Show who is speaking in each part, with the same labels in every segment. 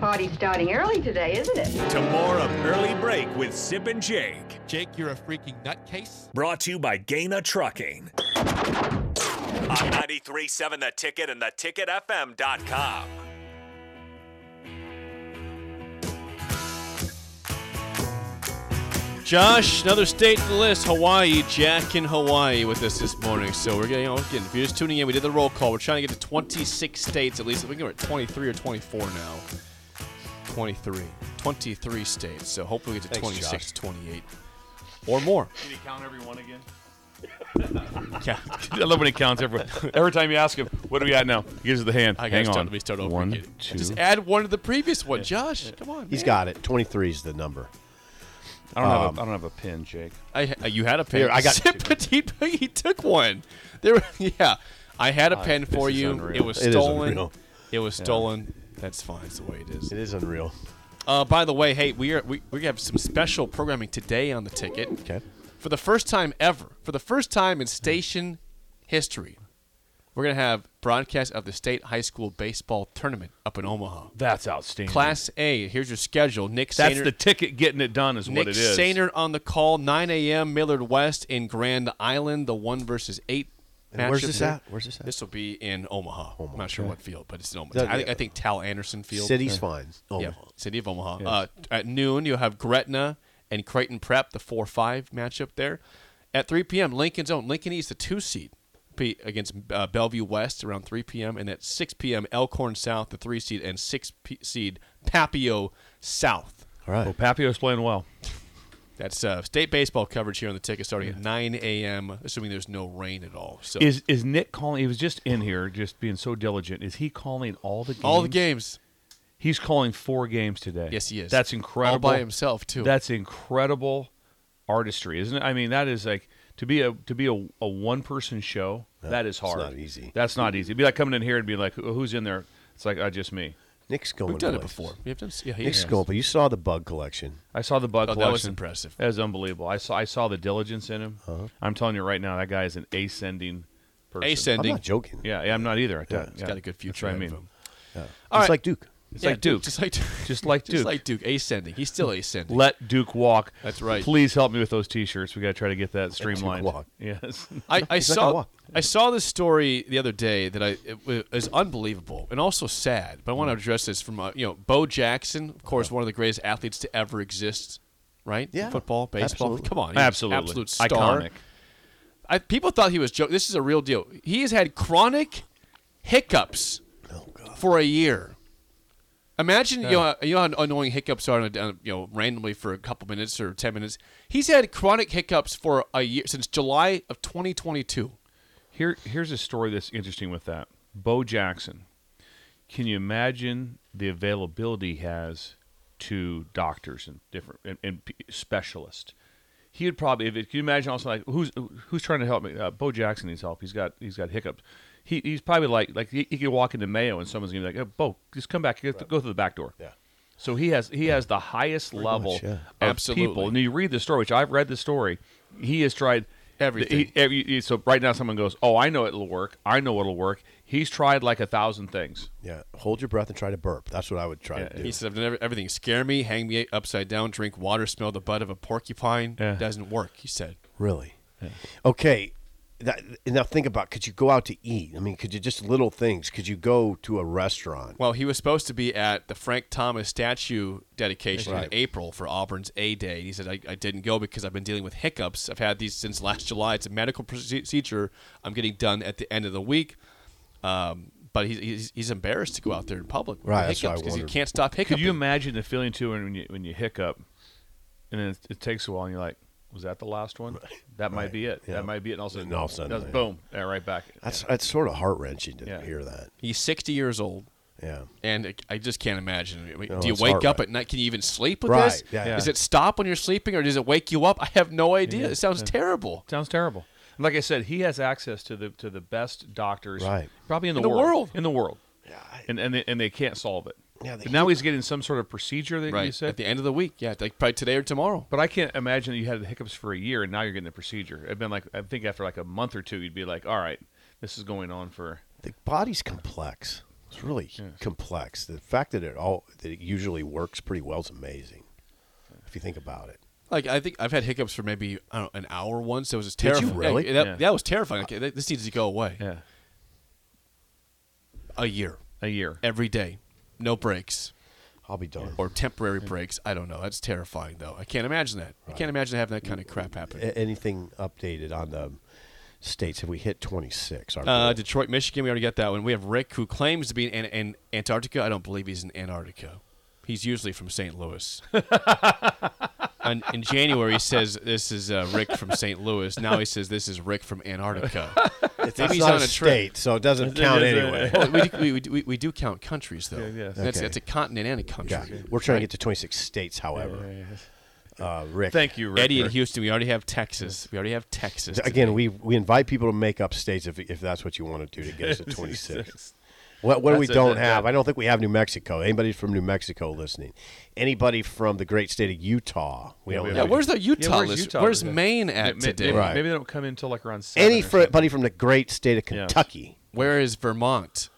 Speaker 1: naughty starting early today, isn't it?
Speaker 2: To more of Early Break with Sip and Jake.
Speaker 3: Jake, you're a freaking nutcase.
Speaker 2: Brought to you by Gaina Trucking. On 93.7 The Ticket and theticketfm.com.
Speaker 4: Josh, another state to the list, Hawaii. Jack in Hawaii with us this morning. So we're getting, oh, again, if you're just tuning in, we did the roll call. We're trying to get to 26 states at least. I think we're at 23 or 24 now. 23. 23 states. So hopefully we get to
Speaker 3: Thanks, Josh.
Speaker 4: 26, 28 or more.
Speaker 5: Can you count every one again?
Speaker 4: Yeah.
Speaker 5: I love when he counts every every time you ask him, "What do we at now?" He gives you the hand.
Speaker 4: I
Speaker 5: Hang
Speaker 4: gotta
Speaker 5: on.
Speaker 4: start, let me start over
Speaker 5: One,
Speaker 4: again.
Speaker 5: two.
Speaker 4: Just add one to the previous one. Josh, come on.
Speaker 6: He's
Speaker 4: man.
Speaker 6: got it. 23 is the number. Um,
Speaker 5: I don't have a, I don't have a pin, Jake.
Speaker 4: I uh, you had a pen.
Speaker 6: Here, I got
Speaker 4: he, he took one. There, yeah. I had a pen for
Speaker 5: is
Speaker 4: you.
Speaker 5: unreal.
Speaker 4: It was
Speaker 6: It is
Speaker 4: stolen.
Speaker 6: unreal.
Speaker 4: it was stolen. That's fine. It's the way it is.
Speaker 6: It is unreal.
Speaker 4: Uh, by the way, hey, we are we, we have some special programming today on the ticket.
Speaker 6: Okay.
Speaker 4: For the first time ever, for the first time in station history, we're gonna have broadcast of the state high school baseball tournament up in Omaha.
Speaker 5: That's outstanding.
Speaker 4: Class A. Here's your schedule. Nick
Speaker 5: That's
Speaker 4: Sainert-
Speaker 5: the ticket getting it done is
Speaker 4: Nick
Speaker 5: what it is.
Speaker 4: Sainert on the call, 9 a.m. Millard West in Grand Island, the one versus eight.
Speaker 6: And where's
Speaker 4: matchup
Speaker 6: this
Speaker 4: here.
Speaker 6: at? Where's this at?
Speaker 4: This will be in Omaha. I'm not sure what field, but it's in Omaha.
Speaker 6: That-
Speaker 4: I think
Speaker 6: yeah.
Speaker 4: I think Tal Anderson Field.
Speaker 6: City's fine. Oh,
Speaker 4: Yeah, City of Omaha. Uh, at noon, you'll have Gretna and Creighton Prep, the 4 5 matchup there. At 3 p.m., Lincoln's own. Lincoln East, the two seed, be- against uh, Bellevue West around 3 p.m. And at 6 p.m., Elkhorn South, the three seed, and 6 p- seed, Papio South.
Speaker 6: all right.
Speaker 5: Oh, Papio's playing well.
Speaker 4: That's uh, state baseball coverage here on the ticket starting at 9 a.m., assuming there's no rain at all. So
Speaker 5: Is is Nick calling? He was just in here, just being so diligent. Is he calling all the games?
Speaker 4: all the games.
Speaker 5: He's calling four games today.
Speaker 4: Yes, he is.
Speaker 5: That's incredible.
Speaker 4: All by himself, too.
Speaker 5: That's incredible artistry, isn't it? I mean, that is like to be a to be a, a one person show. that is
Speaker 6: it's
Speaker 5: hard.
Speaker 6: not easy.
Speaker 5: That's not easy. It'd be like coming in here and be like, "Who- "Who's in there?" It's like, "I just me."
Speaker 6: Nick's going
Speaker 4: We've done it
Speaker 6: places.
Speaker 4: before. We've done, yeah, he
Speaker 6: Nick's
Speaker 4: has.
Speaker 6: going, but you saw the bug collection.
Speaker 5: I saw the bug
Speaker 4: Oh, that was
Speaker 5: collection.
Speaker 4: impressive.
Speaker 5: That was unbelievable. I saw I saw the diligence in him.
Speaker 6: Uh-huh.
Speaker 5: I'm telling you right now, that guy is an ascending person.
Speaker 6: I'm
Speaker 4: Ascending.
Speaker 6: not joking.
Speaker 5: Yeah, yeah, I'm not either. I
Speaker 6: Yeah.
Speaker 5: yeah,
Speaker 6: He's
Speaker 4: He's got a good future.
Speaker 5: That's what I
Speaker 4: ahead of
Speaker 5: mean.
Speaker 4: him.
Speaker 6: It's
Speaker 4: right.
Speaker 6: like Duke.
Speaker 5: It's
Speaker 4: Yeah,
Speaker 5: like Duke.
Speaker 4: Just like Duke.
Speaker 5: Just like
Speaker 4: Just
Speaker 5: Duke.
Speaker 4: like Duke. Ascending. He's still ascending.
Speaker 5: Let Duke walk.
Speaker 4: That's right.
Speaker 5: Please help me with those T-shirts. We got to try to get that streamlined.
Speaker 6: walk.
Speaker 5: Yes.
Speaker 4: I, I
Speaker 6: like
Speaker 4: saw
Speaker 6: I walk.
Speaker 4: I saw this story the other day that I it wa- is unbelievable and also sad. But I
Speaker 5: Mm.
Speaker 4: want to address this from uh, you know Bo Jackson, of course, one of the greatest athletes to ever exist, right? In
Speaker 6: Yeah,
Speaker 4: football, baseball.
Speaker 6: absolutely.
Speaker 4: Come on, he was an
Speaker 5: Absolutely.
Speaker 4: absolute star.
Speaker 5: Iconic.
Speaker 4: I, people thought he was joking. This is a real deal. He has had chronic hiccups
Speaker 6: Oh,
Speaker 4: for a year. Imagine you, know, how- you know how annoying hiccups are, on a, on a- you know, randomly for a couple minutes or ten minutes. He's had chronic hiccups for a year since July of 2022.
Speaker 5: Here, here's a story that's interesting with that. Bo Jackson. Can you imagine the availability he has to doctors and different and, and p- specialists? He would probably. If it, can you imagine also like who's who's trying to help me? Uh, Bo Jackson needs help. He's got he's got hiccups. He, he's probably like like he, he could walk into Mayo and someone's gonna be like, oh, Bo, just come back, go- go through the back door.
Speaker 6: Yeah.
Speaker 5: So he has he has the highest level
Speaker 6: much, yeah.
Speaker 5: of
Speaker 4: Absolutely.
Speaker 5: people. And you read the story, which I've read the story. He has tried
Speaker 4: Everything.
Speaker 5: he- every- he- so right now, someone goes, "Oh, I know it'll work. I know it'll work." He's tried like a thousand things.
Speaker 6: Yeah. Hold your breath and try to burp. That's what I would try to do.
Speaker 4: He says, "I've done every- everything: scare me, hang me upside down, drink water, smell the butt of a porcupine.
Speaker 5: Yeah.
Speaker 4: Doesn't work." He said.
Speaker 6: Really? Okay. That, now think about could you go out to eat? I mean, could you just little things? Could you go to a restaurant?
Speaker 4: Well, he was supposed to be at the Frank Thomas statue dedication in April for Auburn's A Day. He said, I, I didn't go because I've been dealing with hiccups. I've had these since last July. It's a medical procedure I'm getting done at the end of the week. Um, but he's, he's, he's embarrassed to go out there in public. with
Speaker 6: Right, that's what I
Speaker 4: Hiccups because he
Speaker 6: wondered.
Speaker 4: can't stop hiccuping.
Speaker 5: Could you imagine the feeling too when you when you hiccup, and then it, it takes a while, and you're like, "Was that the last one? That might be it.
Speaker 6: Yeah.
Speaker 5: That might be it." And all of a sudden,
Speaker 6: And all of a sudden,
Speaker 5: does-
Speaker 6: yeah.
Speaker 5: boom, yeah, right back.
Speaker 6: That's that's sort of heart wrenching to
Speaker 5: Yeah.
Speaker 6: hear that.
Speaker 4: he's 60 years old.
Speaker 6: Yeah.
Speaker 4: And I- I just can't imagine. I mean,
Speaker 6: No,
Speaker 4: Do you
Speaker 6: Oh, it's
Speaker 4: wake
Speaker 6: hard,
Speaker 4: up
Speaker 6: right?
Speaker 4: at night? Can you even sleep with
Speaker 6: Right,
Speaker 4: this?
Speaker 6: yeah, yeah.
Speaker 4: Does it stop when you're sleeping, or does it wake you up? I have no idea. It sounds terrible.
Speaker 5: Sounds terrible. And like I said, he has access to the to the best doctors,
Speaker 6: Right.
Speaker 5: Probably in the,
Speaker 4: the
Speaker 5: world.
Speaker 4: world.
Speaker 5: in the world. and and they, and they can't solve it.
Speaker 6: Yeah, they
Speaker 5: but now he's getting some sort of procedure that you
Speaker 4: Right
Speaker 5: said.
Speaker 4: at the end of the week. Yeah, like probably today or tomorrow.
Speaker 5: but I can't imagine that you had the hiccups for a year and now you're getting the procedure. I've been like, I think after like a month or two, you'd be like, all right, this is going on for.
Speaker 6: The body's complex. It's really complex. The fact that it all that it usually works pretty well is amazing. If you think about it,
Speaker 4: Like I think I've had hiccups for maybe I don't know, an hour once. That was just
Speaker 6: Did you
Speaker 4: terrifying.
Speaker 6: really?
Speaker 4: that,
Speaker 5: Yeah.
Speaker 4: that was terrifying. Okay, th- this needs to go away.
Speaker 5: Yeah.
Speaker 4: A year,
Speaker 5: A year.
Speaker 4: every day, no breaks
Speaker 6: I'll be done.
Speaker 4: or temporary breaks. I don't know. That's terrifying though. I can't imagine that. I can't imagine having that kind of crap happen.
Speaker 6: A- anything updated on the states? Have we hit twenty six?
Speaker 4: Uh, Detroit, Michigan. We already got that one. We have Rick, who claims to be in, in Antarctica. I don't believe he's in Antarctica. He's usually from St. Louis. and in January, he says this is uh, Rick from St. Louis. Now he says this is Rick from Antarctica.
Speaker 6: it's,
Speaker 4: maybe
Speaker 6: it's
Speaker 4: he's
Speaker 6: not
Speaker 4: on
Speaker 6: a
Speaker 4: a trip.
Speaker 6: state, so it doesn't count
Speaker 5: is, uh,
Speaker 6: anyway.
Speaker 4: Oh, we, do, we, do- we, we do count countries though.
Speaker 5: yes.
Speaker 4: That's,
Speaker 6: Okay.
Speaker 4: that's a continent and a country.
Speaker 6: Yeah. We're trying to get to twenty six states, however. Uh, Rick,
Speaker 5: Thank you, Rick.
Speaker 4: Eddie in
Speaker 5: Rick.
Speaker 4: Houston. We already have Texas. We already have Texas.
Speaker 6: Again, we we invite people to make up states if if that's what you want to do to get us to twenty six. What, what do we
Speaker 5: That's a-
Speaker 6: don't
Speaker 5: that-
Speaker 6: have?
Speaker 5: that-
Speaker 6: I don't think we have New Mexico. Anybody from New Mexico listening? Anybody from the great state of Utah? We
Speaker 5: Yeah,
Speaker 6: don't
Speaker 5: we
Speaker 6: have
Speaker 4: Yeah,
Speaker 6: any-
Speaker 4: where's the Utah
Speaker 5: where's
Speaker 4: list?
Speaker 5: Utah
Speaker 4: where's
Speaker 5: today?
Speaker 4: Maine
Speaker 5: May-
Speaker 4: at
Speaker 5: may-
Speaker 4: today?
Speaker 5: Maybe,
Speaker 6: Right.
Speaker 5: maybe they don't come in until like around seven.
Speaker 6: any
Speaker 5: or
Speaker 6: fr-
Speaker 5: something.
Speaker 6: buddy from the great state of Kentucky?
Speaker 4: Where is Vermont?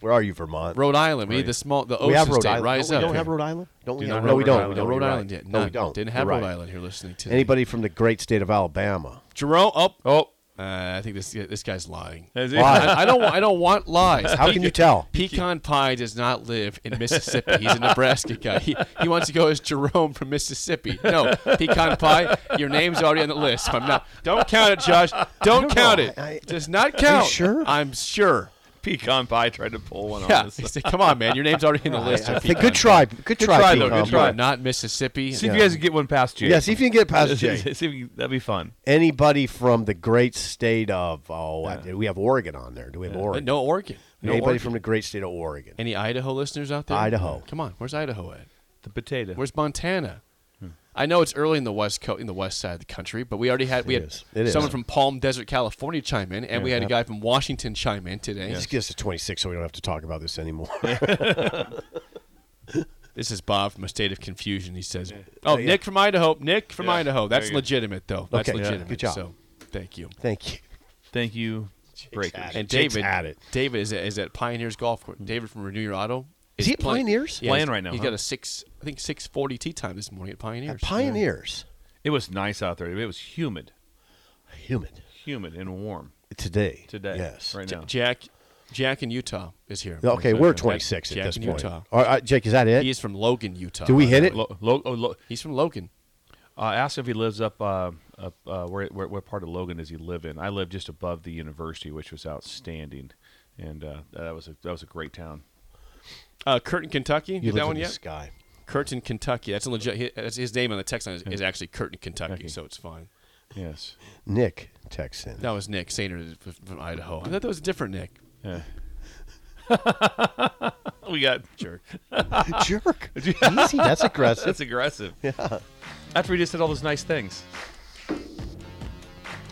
Speaker 6: Where are you, Vermont?
Speaker 4: Rhode Island. We need the small, the
Speaker 6: we have
Speaker 4: ocean
Speaker 6: Rhode
Speaker 4: state.
Speaker 6: Island.
Speaker 4: Rise
Speaker 6: no,
Speaker 4: up.
Speaker 6: we don't have Rhode Island. Don't we?
Speaker 5: Do
Speaker 6: have
Speaker 5: not
Speaker 6: no,
Speaker 5: have
Speaker 6: we
Speaker 5: Rhode
Speaker 6: don't.
Speaker 5: Island.
Speaker 6: We
Speaker 4: No
Speaker 6: don't.
Speaker 4: Rhode
Speaker 6: You're
Speaker 4: Island
Speaker 6: right.
Speaker 4: yet.
Speaker 6: No, we
Speaker 4: None.
Speaker 6: don't.
Speaker 4: Didn't have
Speaker 6: You're
Speaker 4: Rhode
Speaker 6: right.
Speaker 4: Island here listening to
Speaker 6: Anybody from the great state of Alabama?
Speaker 4: Jerome. Oh,
Speaker 5: Oh,
Speaker 4: uh, I think this this guy's lying.
Speaker 5: is he?
Speaker 6: Why?
Speaker 4: I, I don't. wa- I don't want lies.
Speaker 6: How can you tell?
Speaker 4: Pecan Pie does not live in Mississippi. He's a Nebraska guy. He, he wants to go as Jerome from Mississippi. No, Pecan Pie, your name's already on the list. I'm not. Don't count it, Josh. Don't count it.
Speaker 6: I- I-
Speaker 4: does not count.
Speaker 6: sure?
Speaker 4: I'm sure.
Speaker 5: pecan pie tried to pull one
Speaker 4: Yeah.
Speaker 5: on us.
Speaker 4: He said, Come on, man. Your name's already in the list.
Speaker 6: I
Speaker 4: of
Speaker 6: think-
Speaker 4: pecan
Speaker 6: good
Speaker 4: pie."
Speaker 6: try. Good try.
Speaker 5: try, though,
Speaker 6: Pete.
Speaker 5: good
Speaker 6: Um,
Speaker 4: You are
Speaker 5: try.
Speaker 4: not Mississippi.
Speaker 5: See if you guys can get one past Jay.
Speaker 6: Yeah, see if you can get past
Speaker 5: See
Speaker 6: Jay.
Speaker 5: if you- that'd be fun.
Speaker 6: Anybody from the great state of oh, I- we have Oregon on there. Do we have Oregon?
Speaker 4: No Oregon. No
Speaker 6: Anybody
Speaker 4: Oregon.
Speaker 6: from the great state of Oregon?
Speaker 4: Any Idaho listeners out there?
Speaker 6: Idaho.
Speaker 4: Come on, where's Idaho at?
Speaker 5: The potato.
Speaker 4: Where's Montana?
Speaker 6: Hmm.
Speaker 4: I know it's early in the west co- in the west side of the country, but we already had we
Speaker 6: It
Speaker 4: had
Speaker 6: is. It is.
Speaker 4: someone from Palm Desert, California, chime in, and we had a guy from Washington chime in today.
Speaker 6: Just get us to 26 so we don't have to talk about this anymore.
Speaker 4: This is Bob from a state of confusion. He says, "Oh,
Speaker 6: Uh, yeah.
Speaker 4: Nick from Idaho. Nick from
Speaker 5: Yeah.
Speaker 4: Idaho.
Speaker 5: There
Speaker 4: That's
Speaker 5: you go.
Speaker 4: legitimate, thougugh. That's
Speaker 6: Okay. Yeah.
Speaker 4: legitimate.
Speaker 6: Good job.
Speaker 4: So, thank you."
Speaker 6: Thank you.
Speaker 5: Thank you, Breakers.
Speaker 6: at it.
Speaker 4: And
Speaker 6: Jake's
Speaker 4: David,
Speaker 6: at it. Hmm.
Speaker 4: David is at, is at Pioneers Golf Course. David from Renew Your Auto.
Speaker 6: Is he at
Speaker 4: play-
Speaker 6: Pioneers?
Speaker 4: Yeah,
Speaker 5: Playing
Speaker 4: he's-
Speaker 5: right now,
Speaker 4: He's
Speaker 5: huh?
Speaker 4: got a six, I think six forty tee time this morning at Pioneers.
Speaker 6: Pioneers.
Speaker 5: It was nice out there. It was humid,
Speaker 6: Humid.
Speaker 5: humid and warm
Speaker 6: Today.
Speaker 5: today.
Speaker 6: Yes.
Speaker 5: right
Speaker 4: J-
Speaker 5: now.
Speaker 4: Jack, Jack in Utah is here.
Speaker 6: Okay, we're
Speaker 5: Jack-
Speaker 6: 26 at
Speaker 4: Jack
Speaker 6: this
Speaker 4: in
Speaker 6: point.
Speaker 4: Utah.
Speaker 6: All right, Jake, is that it?
Speaker 4: He is from Logan, Utah.
Speaker 6: Do we hit it?
Speaker 5: Lo, lo, oh, lo,
Speaker 4: He's from Logan.
Speaker 5: uh, ask him if he lives up, uh, up uh, where, where what part of Logan does he live in? I live just above the university, which was outstanding, and uh, that was a, that was a great town.
Speaker 4: Uh, Curtin, Kentucky.
Speaker 6: You
Speaker 4: Did that
Speaker 6: live
Speaker 4: one
Speaker 6: in the
Speaker 4: yet?
Speaker 6: sky.
Speaker 4: Curtin, Kentucky. That's a legit. hi- That's his name on the text line is, is actually Curtin, Kentucky, so it's fine.
Speaker 5: Yes,
Speaker 6: Nick texts in.
Speaker 4: That was Nick Sainer f- from Idaho. I thought that was a different Nick.
Speaker 5: yeah. we got jerk.
Speaker 6: Jerk. Easy. That's aggressive.
Speaker 5: That's aggressive. Yeah. After we just said all those nice things.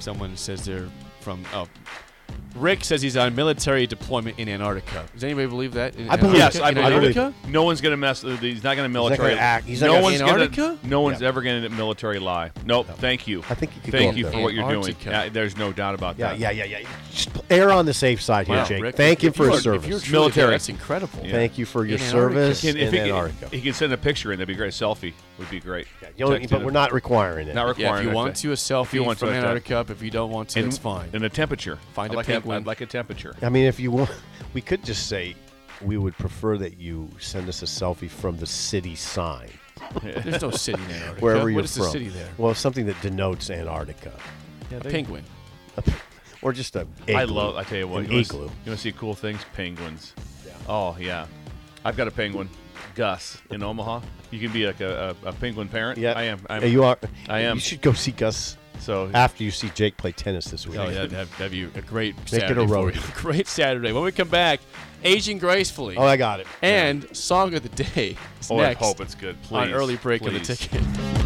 Speaker 4: Someone says they're from. Oh, Rick says he's on military deployment in Antarctica. Does anybody believe that? In
Speaker 6: I believe
Speaker 5: Yes,
Speaker 4: Antarctica?
Speaker 5: I
Speaker 4: In
Speaker 5: believe.
Speaker 6: believe
Speaker 4: Antarctica?
Speaker 5: it. No one's gonna mess. He's not gonna
Speaker 6: not
Speaker 5: military.
Speaker 6: gonna act- he's not
Speaker 5: no
Speaker 6: gonna-
Speaker 5: one's
Speaker 4: Antarctica?
Speaker 5: gonna. No one's
Speaker 6: Yeah.
Speaker 5: ever gonna military lie. Nope. Thank you.
Speaker 6: I think you could go
Speaker 5: Thank
Speaker 6: up
Speaker 5: you
Speaker 6: there.
Speaker 5: for what you're
Speaker 4: Antarctica.
Speaker 5: doing. Uh, there's no doubt about
Speaker 6: Yeah,
Speaker 5: that.
Speaker 6: yeah, yeah, yeah. Just err on the safe side here,
Speaker 4: Wow,
Speaker 6: Jake.
Speaker 4: Rick,
Speaker 6: Thank
Speaker 4: if-
Speaker 6: you
Speaker 4: if
Speaker 6: for your
Speaker 4: are- If you're
Speaker 6: service.
Speaker 4: truly there,
Speaker 5: Military.
Speaker 4: that's incredible.
Speaker 6: Thank you for your
Speaker 4: In Antarctica.
Speaker 6: service
Speaker 5: Can, if
Speaker 6: in
Speaker 5: he, can,
Speaker 6: Antarctica.
Speaker 5: he can send a picture in, that'd be great. A selfie would be great.
Speaker 6: You don't-
Speaker 5: Text
Speaker 6: but
Speaker 5: it.
Speaker 6: we're not requiring it.
Speaker 5: not requiring.
Speaker 4: Yeah, if you
Speaker 5: it.
Speaker 4: want to, a selfie
Speaker 5: you want to,
Speaker 4: from
Speaker 5: it's
Speaker 4: Antarctica. If you don't want to,
Speaker 5: and,
Speaker 4: it's fine.
Speaker 5: And a temperature.
Speaker 4: Find
Speaker 5: I'd
Speaker 4: a
Speaker 5: like
Speaker 4: penguin.
Speaker 5: I'd like a temperature.
Speaker 6: I mean, if you want, we could just say we would prefer that you send us a selfie from the city sign,
Speaker 4: There's no city in Antarctica.
Speaker 6: wherever you're
Speaker 4: What is
Speaker 6: from.
Speaker 4: the city there?
Speaker 6: Well, something that denotes Antarctica,
Speaker 4: a penguin.
Speaker 6: or just a.
Speaker 5: I
Speaker 6: igloo.
Speaker 5: love. I tell you what.
Speaker 6: An
Speaker 5: you
Speaker 6: igloo.
Speaker 5: Want, to see cool things? Penguins. Oh yeah, I've got a penguin. Gus in Omaha. You can be like a, a, a penguin parent.
Speaker 6: yeah,
Speaker 5: I am. I'm,
Speaker 6: Hey, you are.
Speaker 5: I am.
Speaker 6: You should go see Gus
Speaker 5: So
Speaker 6: after you see Jake play tennis this week.
Speaker 4: Oh yeah, that'd, that'd be a great Saturday.
Speaker 6: a
Speaker 4: for
Speaker 6: road.
Speaker 4: you. great Saturday. When we come back, aging gracefully
Speaker 6: Oh, I got it.
Speaker 4: and song of the day is
Speaker 5: Oh,
Speaker 4: next
Speaker 5: I hope it's good. Please.
Speaker 4: on early break of the
Speaker 5: Please.
Speaker 4: ticket.